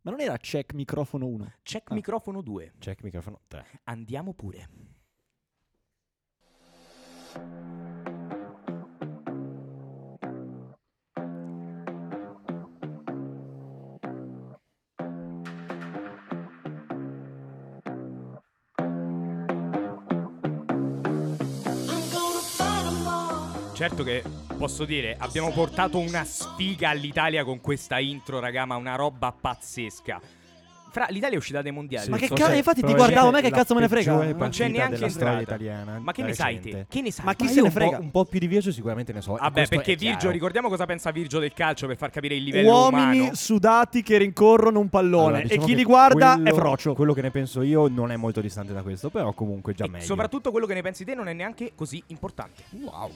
Ma non era check microfono 1? Check Ah. microfono 2. Check microfono 3. Andiamo pure. Certo che posso dire, abbiamo portato una sfiga all'Italia con questa intro, raga, ma una roba pazzesca. Fra l'Italia è uscita dai mondiali. Ma non che so cazzo- se- infatti ti probabilmente guardavo, ma che la cazzo me ne frega? peggiore Non c'è partita neanche della storia entrata. italiana. Ma che ne sai recente. te? Che ne sai? Ma chi Ma se io ne un po'- frega? Un po' più di Virgio sicuramente ne so. e Vabbè, questo è perché Virgio, chiaro. ricordiamo cosa pensa Virgio del calcio per far capire il livello Uomini umano. sudati che rincorrono un pallone Allora, diciamo e chi che li guarda è quello- frocio. Quello che ne penso io non è molto distante da questo, però comunque già E meglio. soprattutto quello che ne pensi te non è neanche così importante. wow.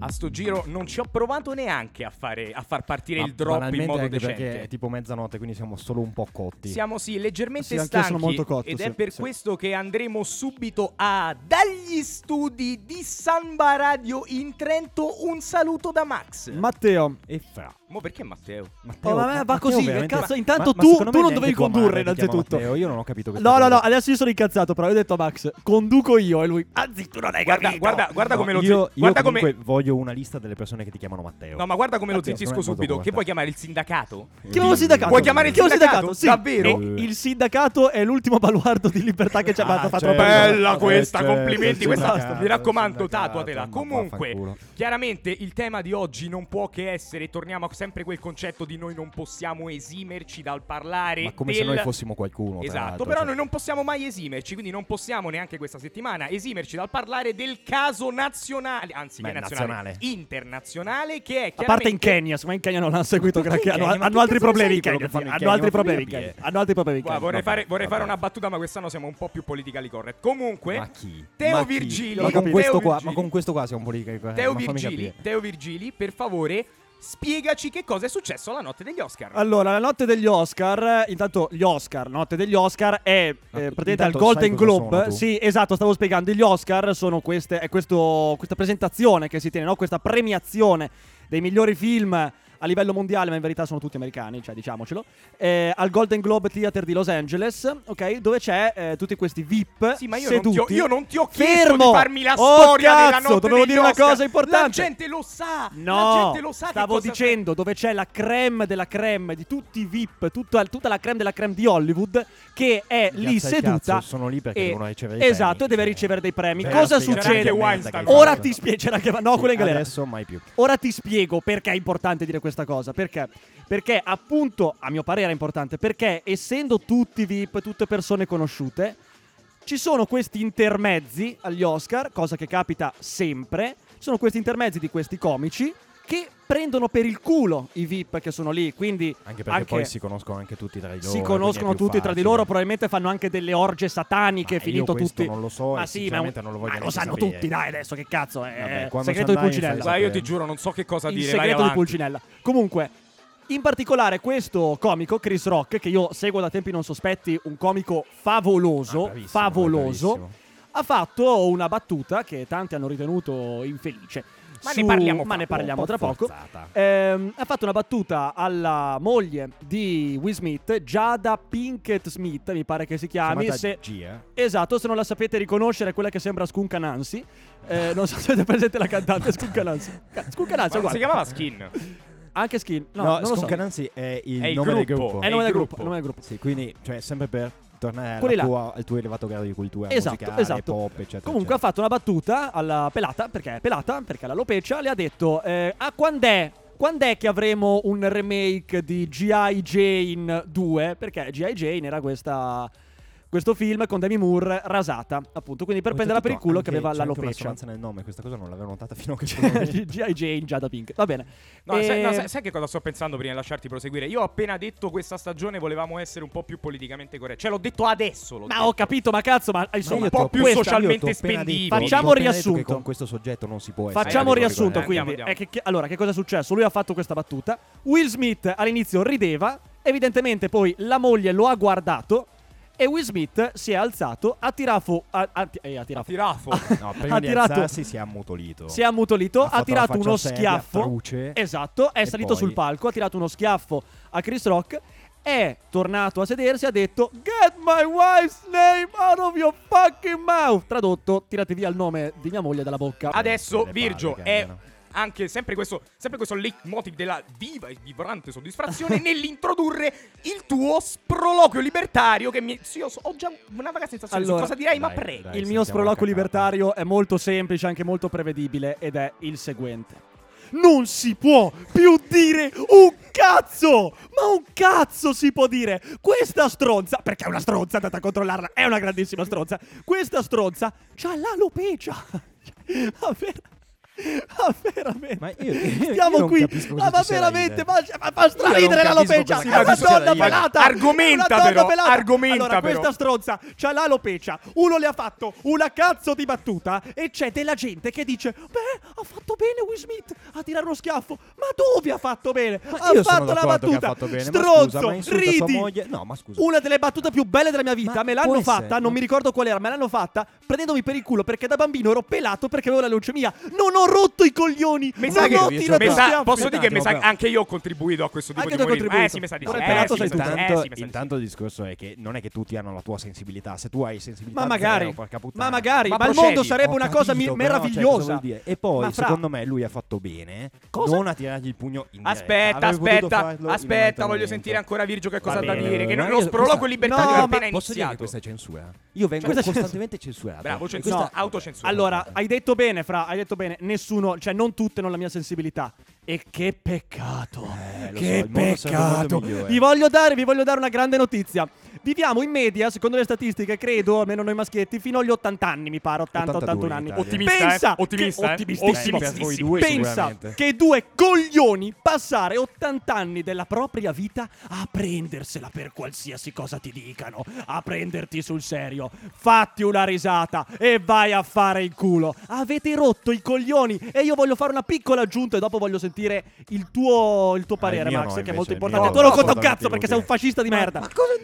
A sto giro non ci ho provato neanche a, fare, a far partire Ma il drop in banalmente modo anche decente. perché è tipo mezzanotte, quindi siamo solo un po' cotti. Siamo sì, leggermente Sì, anch'io sono stanchi molto cotto, ed è sì, per sì. questo che andremo subito a dagli studi di Samba Radio in Trento un saluto da Max. Matteo, E fra. Mo perché Matteo? Matteo, ma- ma va Matteo così, che veramente- cazzo, intanto tu- secondo tu me non neanche dovevi tua madre condurre ti chiama innanzitutto. Matteo, io non ho capito questa No, no, cosa. no, adesso io sono incazzato, però io ho detto a Max, conduco io e lui, Ah, anzi tu non hai Guarda, capito. guarda, guarda No, come lo io, zit- io guarda come- comunque voglio una lista delle persone che ti chiamano Matteo. No, ma guarda come lo Matteo, zittisco secondo me è subito. molto Che corta. vuoi chiamare il sindacato? Chiamo il sindacato. Vuoi chiamare il Chiamo sindacato? Sì. Davvero? E il sindacato è l'ultimo baluardo di libertà che ci ha Ah, fatto fatto certo. perdere. Bella Eh, questa, certo, complimenti, il questa- sindacato, mi raccomando, il sindacato, tatuatela. ma Comunque, vaffanculo. Chiaramente il tema di oggi non può che essere, torniamo a sempre quel concetto di noi non possiamo esimerci dal parlare. Ma come del... se noi fossimo qualcuno. tra Esatto, l'altro, però cioè. noi non possiamo mai esimerci, quindi non possiamo neanche questa settimana esimerci dal parlare del caso nazionale, anzi Beh, che nazionale, nazionale. internazionale che è A parte in chiaramente- Kenya, secondo me in Kenya non l'hanno seguito Perché in granché, hanno, Kenya? Ma hanno che altri cazzo ne problemi sai in quello Kenya, che fanno in hanno Kenya? altri Non problemi in voglio Kenya, capire. hanno altri problemi in Guarda, Kenya. vorrei, vabbè, fare, vorrei fare vabbè. una battuta, ma questa no, siamo un po' più politically correct. Comunque, Ma chi? Teo Ma chi? Virgili, Ma con Teo questo qua, ma Virgili- con questo qua siamo politici. eh, Eh, ma Teo fammi Virgili, capire. Teo Virgili, per favore, spiegaci che cosa è successo la notte degli Oscar. Allora, la notte degli Oscar, eh, intanto gli Oscar, la notte degli Oscar è eh, praticamente al intanto Golden sai cosa sono Globe. tu? Sì, esatto, stavo spiegando. Gli Oscar sono queste, è questo- questa presentazione che si tiene, no? questa premiazione dei migliori film a livello mondiale, ma in verità sono tutti americani, cioè diciamocelo, eh, al Golden Globe Theater di Los Angeles, ok? Dove c'è eh, tutti questi VIP Sì, ma io, non seduti. ti, ho, io non ti ho chiesto Fermo! di farmi la Oh, storia della cazzo, notte dovevo degli dire una Oscar. cosa importante. La gente lo sa. No, la gente lo sa. che stavo cosa- dicendo dove c'è la creme della creme di tutti i VIP, tutta, tutta la creme della creme di Hollywood che è Piazza lì del seduta. cazzo, sono lì perché e- devono ricevere dei Esatto, premi, e deve cioè. ricevere dei premi. Beh, Cosa la spiegata succede? è merda Weinstein. che Ora faccio. ti spiego, c'era anche no, quello in galera. Adesso mai più. Ora ti spiego perché è importante dire questa cosa. Perché? Perché appunto, a mio parere è importante, perché essendo tutti VIP, tutte persone conosciute, ci sono questi intermezzi agli Oscar, cosa che capita sempre, sono questi intermezzi di questi comici che prendono per il culo i VIP che sono lì, quindi Anche perché poi si conoscono anche tutti tra di loro. si conoscono tutti tra di loro, probabilmente fanno anche delle orge sataniche, Ma io finito questo tutti. non lo so ma e sì, ma, sinceramente non lo voglio ma lo neanche sanno sapere. Ah, tutti, dai, adesso che cazzo, è Vabbè, quando segreto di ci andai, Pulcinella. Guarda, io ti Sapere. giuro, non so che cosa il dire. vai segreto di avanti. Pulcinella. Comunque, in particolare questo comico, Chris Rock, che io seguo da tempi non sospetti, un comico favoloso, Ah, favoloso, ha fatto una battuta che tanti hanno ritenuto infelice. Ma Su- ne parliamo ma fra ne poco, parliamo tra poco. Ehm, ha fatto una battuta alla moglie di Will Smith, Giada Pinkett Smith, mi pare che si chiami. Se, Esatto, se non la sapete riconoscere è quella che sembra Skunka Nancy. Eh, non so se avete presente la cantante Skunka Nancy. Ca- Skunka Ma Nancy, non uguale. si chiamava Skin. Anche Skin. No, No, non lo so. Sconca Nancy è il È il nome del gruppo. gruppo. È il nome del il gruppo. gruppo. il nome del gruppo. Sì, quindi, cioè, sempre per tornare Quelli alla là. tua- al tuo elevato grado di cultura Esatto, musicale, esatto. pop, eccetera. Comunque ha fatto una battuta alla pelata, perché è pelata, perché è la Lopecia, le ha detto, eh, ah, quando è? Quando è che avremo un remake di G.I. Jane 2? Perché G.I. Jane era questa... questo film con Demi Moore rasata, appunto. Quindi per prenderla per il culo che aveva la una l'alopecia. sostanza nel nome, questa cosa non l'avevo notata fino a questo momento. G.I. Jane, Giada Pink. Va bene. Eh, No, sai, no, E- sai- sai che cosa sto pensando prima di lasciarti proseguire? Io ho appena detto questa stagione volevamo essere un po' più politicamente corretti. Cioè, l'ho detto adesso. l'ho Ma detto. ho capito, ma cazzo, ma insomma, io t'ho- po- più questa- social- socialmente io t'ho appena spendibili. detto- Facciamo t'ho appena detto che riassunto. Con questo soggetto non si può essere. Ecco, Facciamo un Andiamo, riassunto, andiamo, quindi. andiamo. È che chi- allora, che cosa è successo? Lui ha fatto questa battuta. Will Smith all'inizio rideva, evidentemente poi la moglie lo ha guardato e Will Smith si è alzato, ha tirato... Ha, ha- eh, ha tirafo. Tirafo. No, prima Ha di tirato- alzarsi ecco. si è ammutolito. Si è ammutolito, Ha ha, fatto tirato la faccia uno seria, schiaffo. truce. esatto, è E salito poi- sul palco, ha tirato uno schiaffo a Chris Rock. È tornato a sedersi e ha detto Get my wife's name out of your fucking mouth. Tradotto, tirate via il nome di mia moglie dalla bocca. Adesso, le palle Virgio, che è abbiano. anche sempre questo, sempre questo leitmotiv della viva e vibrante soddisfazione nell'introdurre il tuo sproloquio libertario che mi... Sì, io so- ho già una vaga sensazione Allora, su cosa direi, ma dai, prego. dai. Il sentiamo mio sproloquio la cacata. libertario è molto semplice, anche molto prevedibile, ed è il seguente. Non si può più dire un cazzo! Ma un cazzo si può dire! Questa stronza, perché è una stronza, andate a controllarla, è una grandissima stronza. Questa stronza c'ha l'alopecia! Ma, ver- ma veramente? Ma io- io- Stiamo io non qui! Ah, capisco cosa Ma, ma ci sia da veramente, ridere. ma, ma fa straridere capisco l'alopecia! cosa È cazzo una ci sia da donna ridere. pelata! Argomenta È una donna però, pelata. argomenta Allora, però. questa stronza c'ha l'alopecia, uno le ha fatto una cazzo di battuta e c'è della gente che dice "Beh, ha fatto bene Will Smith a tirare uno schiaffo". Ma dove ha fatto bene? ha io sono fatto la d'accordo che ha battuta. fatto bene, ma Stronzo, scusa, ma insulta sua ridi. moglie- no, ma scusa. Una delle battute più belle della mia vita, Ma me l'hanno può fatta, essere- non mi ricordo qual era, me l'hanno fatta prendendomi per il culo perché da bambino ero pelato perché avevo la leucemia. Non ho rotto i coglioni. Mi non sa che- ho mi tirato Mi sa- schiaffi. posso dire che mi sa- Attimo, però. anche io ho contribuito a questo tipo Anche di tu hai umorismo. Eh, contribuito. sì, mi sa di No, sì. è Eh, pelato sì, mi sei sa tu. di sì. Intanto, Eh, sì, mi sa di sì. intanto il discorso è che non è che tutti hanno la tua sensibilità. Se tu hai sensibilità, Ma magari, zero, porca puttana. ma magari, Ma ma, il procedi, mondo sarebbe Ho una capito, cosa mi- però, cioè, cosa meravigliosa. vuol dire? E poi, Ma fra- secondo me, lui ha fatto bene eh. Cosa? non a tirargli il pugno in diretta. Aspetta, Avrebbe potuto aspetta, farlo in un altro aspetta, voglio momento. sentire ancora Virgio che Va cosa ha da bene, dire. Che ma lo io- sproloquio questa- libertario è No, appena Posso dire che iniziato. questa è censura? Io vengo Questa è censura. costantemente censurato. Bravo, E censura, questa- autocensura. Allora, hai detto bene, Fra, hai detto bene. Nessuno, cioè non tutte hanno la mia sensibilità. E che peccato. Eh, lo so, che il mondo sarebbe un mondo peccato. migliore. Vi voglio, dare, vi voglio dare una grande notizia. Viviamo in media, secondo le statistiche, credo, almeno noi maschietti, fino agli 80 anni, mi pare, 80-81 82 anni. in Italia. Ottimista, Pensa eh? Ottimista, che- eh? ottimistissimo. Ottimistissimo. Per voi due, Pensa sicuramente. che due coglioni passare 80 anni della propria vita a prendersela per qualsiasi cosa ti dicano, a prenderti sul serio. Fatti una risata e vai a fare il culo. Avete rotto i coglioni e io voglio fare una piccola aggiunta e dopo voglio sentire il tuo, il tuo parere, Ah, il mio Max, no, che è invece, molto il importante. mio Tu non no, conta un assolutamente cazzo perché inutile. sei un fascista di merda.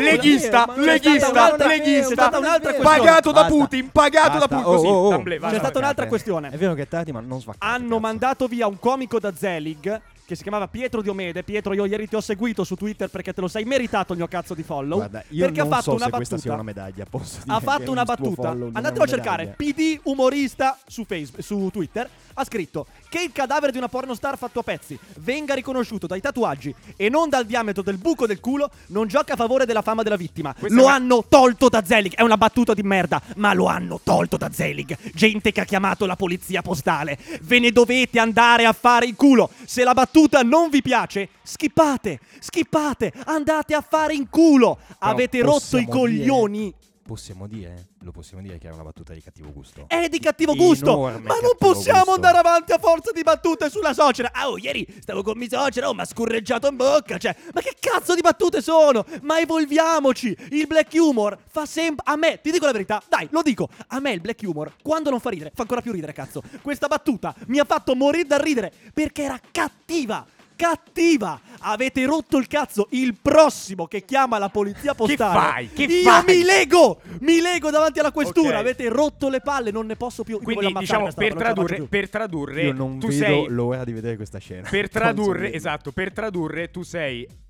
Leghista, Ma- leghista, c'è stata un'altra- leghista. c'è stata un'altra questione. Pagato da Basta. Putin, pagato da Basta. Putin. Oh, Così, oh, oh. Tamblè, vai, C'è vai, stata vai. un'altra Vabbè. questione. È vero che è tardi, ma non svaccate. hanno cazzo. mandato via un comico da Zelig che si chiamava Pietro Diomede. Pietro, io ieri ti ho seguito su Twitter perché te lo sei meritato il mio cazzo di follow. Guarda, io perché non ha fatto so una se questa battuta. sia una medaglia, posso dire ha che fatto una il suo battulo. follow non è Andatelo a una cercare. medaglia. PD umorista su Facebook, su Twitter. Ha scritto che il cadavere di una pornostar fatto a pezzi venga riconosciuto dai tatuaggi e non dal diametro del buco del culo non gioca a favore della fama della vittima. Questa lo è una- hanno tolto da Zelig. È una battuta di merda, ma lo hanno tolto da Zelig. Gente che ha chiamato la polizia postale. Ve ne dovete andare a fare il culo. Se la battuta non vi piace, skippate, skippate, andate a fare in culo. Però Avete rotto i possiamo coglioni. dire- possiamo dire, lo possiamo dire che era una battuta di cattivo gusto. Eh, È di cattivo gusto. Enorme ma non cattivo possiamo gusto. andare avanti a forza di battute sulla socera. Ah, oh, ieri stavo con mi socera, oh, mi ha scorreggiato in bocca. Cioè, ma che cazzo di battute sono? Ma evolviamoci. Il black humor fa sempre. A me, ti dico la verità, dai, lo dico. A me il black humor, quando non fa ridere, fa ancora più ridere, cazzo. Questa battuta mi ha fatto morire dal ridere perché era cattiva. Cattiva! Avete rotto il cazzo! Il prossimo che chiama la polizia postale. fai? Che Io fai? mi lego! Mi lego davanti alla questura! Ok. Avete rotto le palle, non ne posso più. Io voglio Quindi, ammazzare diciamo, questa per roba, non ce la tradurre, faccio per tradurre, Io non tu vedo sei l'ora di vedere questa scena. Per Non so tradurre, dire. esatto, per tradurre, tu sei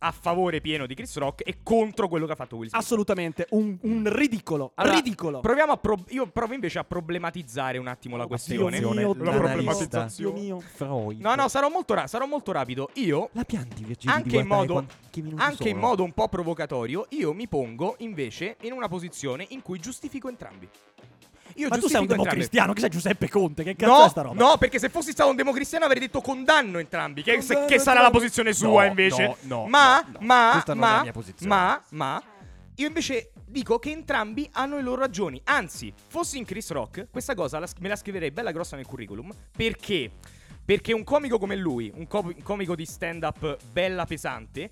a favore pieno di Chris Rock e contro quello che ha fatto Will più. Smith. Assolutamente, un, un ridicolo. Ah, Allora, ridicolo. Proviamo a pro- io provo invece a problematizzare un attimo la Dio questione. mio, La Dio mio, problematizzazione. Dio mio. Freud. No, no, sarò molto, ra- sarò molto rapido. Io, La pianti, Virginia, anche, in modo, anche in modo un po' provocatorio, io mi pongo invece in una posizione in cui giustifico entrambi. Io Ma tu sei giustifico un entrambi. democristiano, che sei Giuseppe Conte? Che cazzo è sta No, roba? no, perché se fossi stato un democristiano avrei detto condanno entrambi, che, se- che sarà la posizione sua No, invece. no, no, ma, no, no. ma, Questa non è ma, la mia posizione. ma, ma, Io invece dico che entrambi hanno le loro ragioni. Anzi, fossi in Chris Rock, questa cosa la sch- me la scriverei bella grossa nel curriculum. Perché? Perché un comico come lui, un, co- un comico di stand-up bella pesante,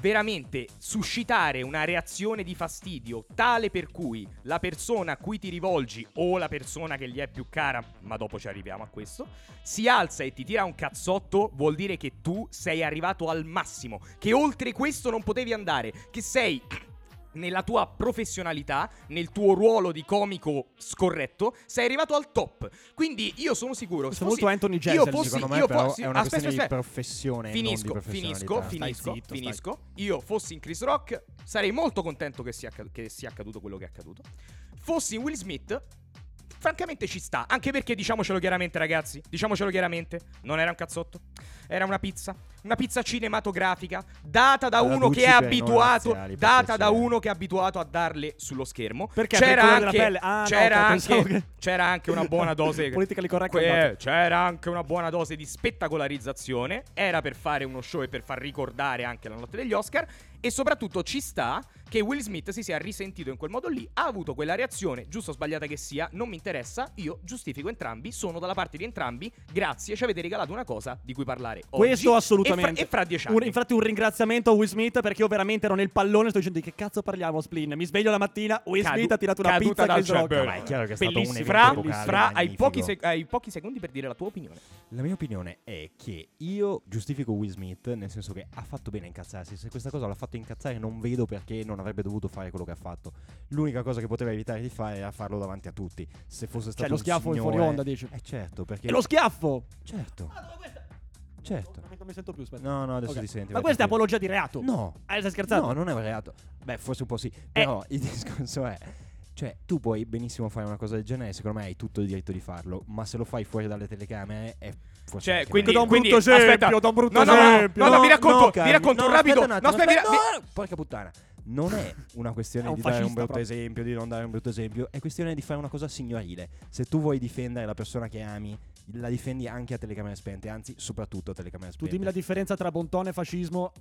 veramente suscitare una reazione di fastidio tale per cui la persona a cui ti rivolgi o la persona che gli è più cara, ma dopo ci arriviamo a questo, si alza e ti tira un cazzotto, vuol dire che tu sei arrivato al massimo, che oltre questo non potevi andare, che sei nella tua professionalità, nel tuo ruolo di comico scorretto, sei arrivato al top. Quindi io sono sicuro. Questo se è molto fossi- Anthony io Jeselnik, fossi, Secondo me io però fossi- è una aspetta, questione aspetta. di professione e Finisco, non di finisco, professionalità. finisco, Stai zitto, stai finisco. Io fossi in Chris Rock, sarei molto contento che sia, accad- che sia accaduto quello che è accaduto. Fossi in Will Smith, francamente ci sta. Anche perché, diciamocelo chiaramente, ragazzi, diciamocelo chiaramente, non era un cazzotto. Era una pizza, una pizza cinematografica, data da Alla uno Ducci che è per i non abituato, razziali, per data da piacere. uno che è abituato a darle sullo schermo. Perché? Per il C'era colore della anche, pelle? Ah, no, c'era, ok, anche pensavo che- c'era anche una buona dose Politically correct Que- andato. c'era anche una buona dose di spettacolarizzazione. Era per fare uno show e per far ricordare anche la notte degli Oscar. E soprattutto ci sta che Will Smith si sia risentito in quel modo lì. Ha avuto quella reazione, giusta o sbagliata che sia, non mi interessa. Io giustifico entrambi, sono dalla parte di entrambi. Grazie, ci avete regalato una cosa di cui parlare oggi. Questo assolutamente. E fra, e fra dieci Un- anni. infatti un ringraziamento a Will Smith perché io veramente ero nel pallone sto dicendo di che cazzo parliamo Splin. Mi sveglio la mattina, Will Cadu- Smith ha tirato una caduta pizza dal che sblocca. Chamber. Ma è chiaro che è stato un Bellissimo. evento Fra- epocale, fra- hai, magnifico. pochi sec- hai pochi secondi per dire la tua opinione. La mia opinione è che io giustifico Will Smith nel senso che ha fatto bene a incazzarsi. Se questa cosa l'ha fatto incazzare, non vedo perché non avrebbe dovuto fare quello che ha fatto. L'unica cosa che poteva evitare di fare era farlo davanti a tutti. Se fosse Cioè, stato lo un schiaffo in signore- fuori onda, dici? Eh certo, perché E lo schiaffo! Certo. Certo. Non mi sento più, aspetta. No, no, adesso Ok. ti senti. Ma vai, questa è tranquillo. apologia di reato. No. Eh, stai scherzando? No, non è un reato. Beh, forse un po' sì. Però il discorso è. Cioè, tu puoi benissimo fare una cosa del genere, secondo me hai tutto il diritto di farlo, ma se lo fai fuori dalle telecamere è forse... Cioè, anche quindi, da un quindi brutto esempio, aspetta. da un brutto no, no, no, esempio. No, no, mi No, racconto, mi Carmine, racconto no, rapidito. aspetta un attimo, no, aspetta, aspetta, mi- no, no, porca puttana. Non è una questione È un di dare un fascista brutto proprio. esempio, di non dare un brutto esempio, è questione di fare una cosa signorile. Se tu vuoi difendere la persona che ami, la difendi anche a telecamere spente, anzi, soprattutto a telecamere Tu spente. dimmi la differenza tra bontone e fascismo.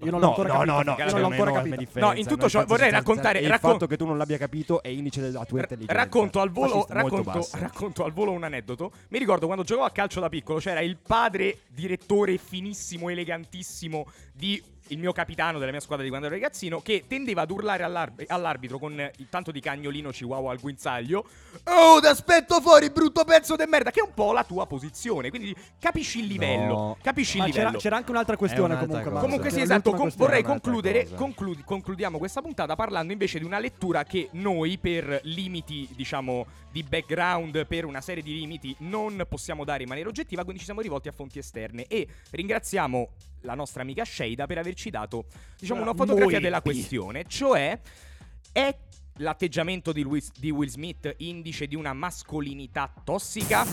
Io non l'ho no, ancora capito. no, no, no, Io c'è non l'ho ancora un'enorme capito. No, differenza, in tutto non è ciò vorrei abbacciostanza- raccontare- e Il raccon- fatto che tu non l'abbia capito è indice della tua intelligenza. Racconto al, volo, Fascista, molto racconto, bassa. racconto al volo un aneddoto. Mi ricordo quando giocavo a calcio da piccolo c'era il padre direttore finissimo, elegantissimo di il mio capitano della mia squadra di quando ero ragazzino che tendeva ad urlare all'arb- all'arbitro con eh, il tanto di cagnolino chihuahua al guinzaglio Oh, t'aspetto fuori, brutto pezzo di merda! Che è un po' la tua posizione, quindi capisci il livello, No. capisci il Ma c'era, livello. c'era anche un'altra questione un'altra comunque. cosa. Max. Comunque sì, C'era esatto, l'ultima con- questione. vorrei un'altra concludere, cosa. conclu- concludiamo questa puntata parlando invece di una lettura che noi per limiti, diciamo, di background, per una serie di limiti non possiamo dare in maniera oggettiva, quindi ci siamo rivolti a fonti esterne e ringraziamo la nostra amica Sheida per averci dato, diciamo, una Allora, fotografia noi- della questione, cioè è l'atteggiamento di Will, di Will Smith indice di una mascolinità tossica?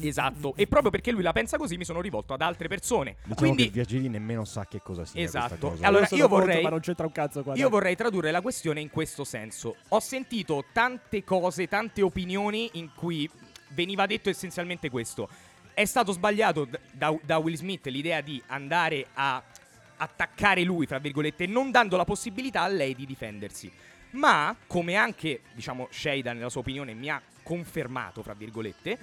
Esatto, e proprio perché lui la pensa così mi sono rivolto ad altre persone. Diciamo Quindi che Virgili nemmeno sa che cosa sia Esatto. questa cosa. Allora, Io sono io contro, vorrei- ma non c'entra un cazzo qua. Io vorrei tradurre la questione in questo senso. Ho sentito tante cose, tante opinioni in cui veniva detto essenzialmente questo. È stato sbagliato d- da, da Will Smith l'idea di andare a attaccare lui, fra virgolette, non dando la possibilità a lei di difendersi. Ma, come anche, diciamo, Sheida nella sua opinione mi ha confermato, fra virgolette,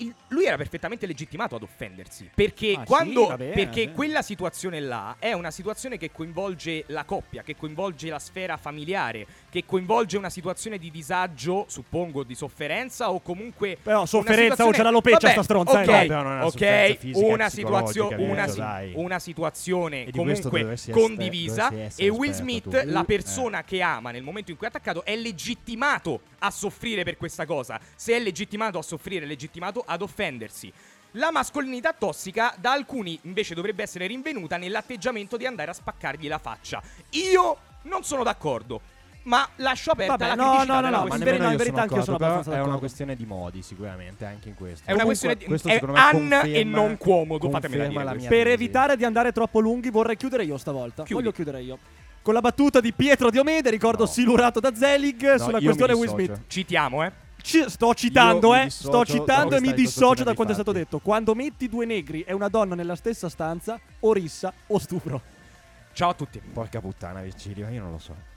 il- lui era perfettamente legittimato ad offendersi. Perché, Ah, sì, quando, va bene, perché sì. quella situazione là è una situazione che coinvolge la coppia, che coinvolge la sfera familiare, che coinvolge una situazione di disagio, suppongo, di sofferenza o comunque. Però una sofferenza, situazione- oh, c'è la Lopecia Vabbè, sta stronza, eh. ok, No, però non è una ok, sofferenza fisica, una, è situazio- psicologica, una eh, si- dai. una situazione E di questo comunque dovresti essere- condivisa. dovresti essere E Will esperto Smith, tu. la Eh. persona persona che ama nel momento in cui è attaccato è legittimato a soffrire per questa cosa. Se è legittimato a soffrire, è legittimato ad offendersi. La mascolinità tossica da alcuni invece dovrebbe essere rinvenuta nell'atteggiamento di andare a spaccargli la faccia. Io non sono d'accordo, ma lascio aperta Vabbè, la no, criticità no, no, della no, Ma questione. in nemmeno verità- in io verità anch'io sono d'accordo, però abbastanza È una d'accordo. questione di modi, sicuramente, anche in questo. È una questione di- questo è secondo me an e conferma- non cuomodo, fatemela conferma dire la questa. mia per tesi. evitare di andare troppo lunghi, vorrei chiudere io stavolta. Chiudi. Voglio chiudere io. Con la battuta di Pietro Diomede, ricordo No. silurato da Zelig No, sulla io mi questione Will dissocio. Smith. Citiamo, eh. Ci- sto citando, mi eh. dissocio Sto citando da e mi dissocio questa da ricostruzione quanto è dei stato detto. Quando metti due negri e una donna nella stessa stanza, o rissa o stupro. Ciao a tutti. Porca puttana, Virgilio, io non lo so.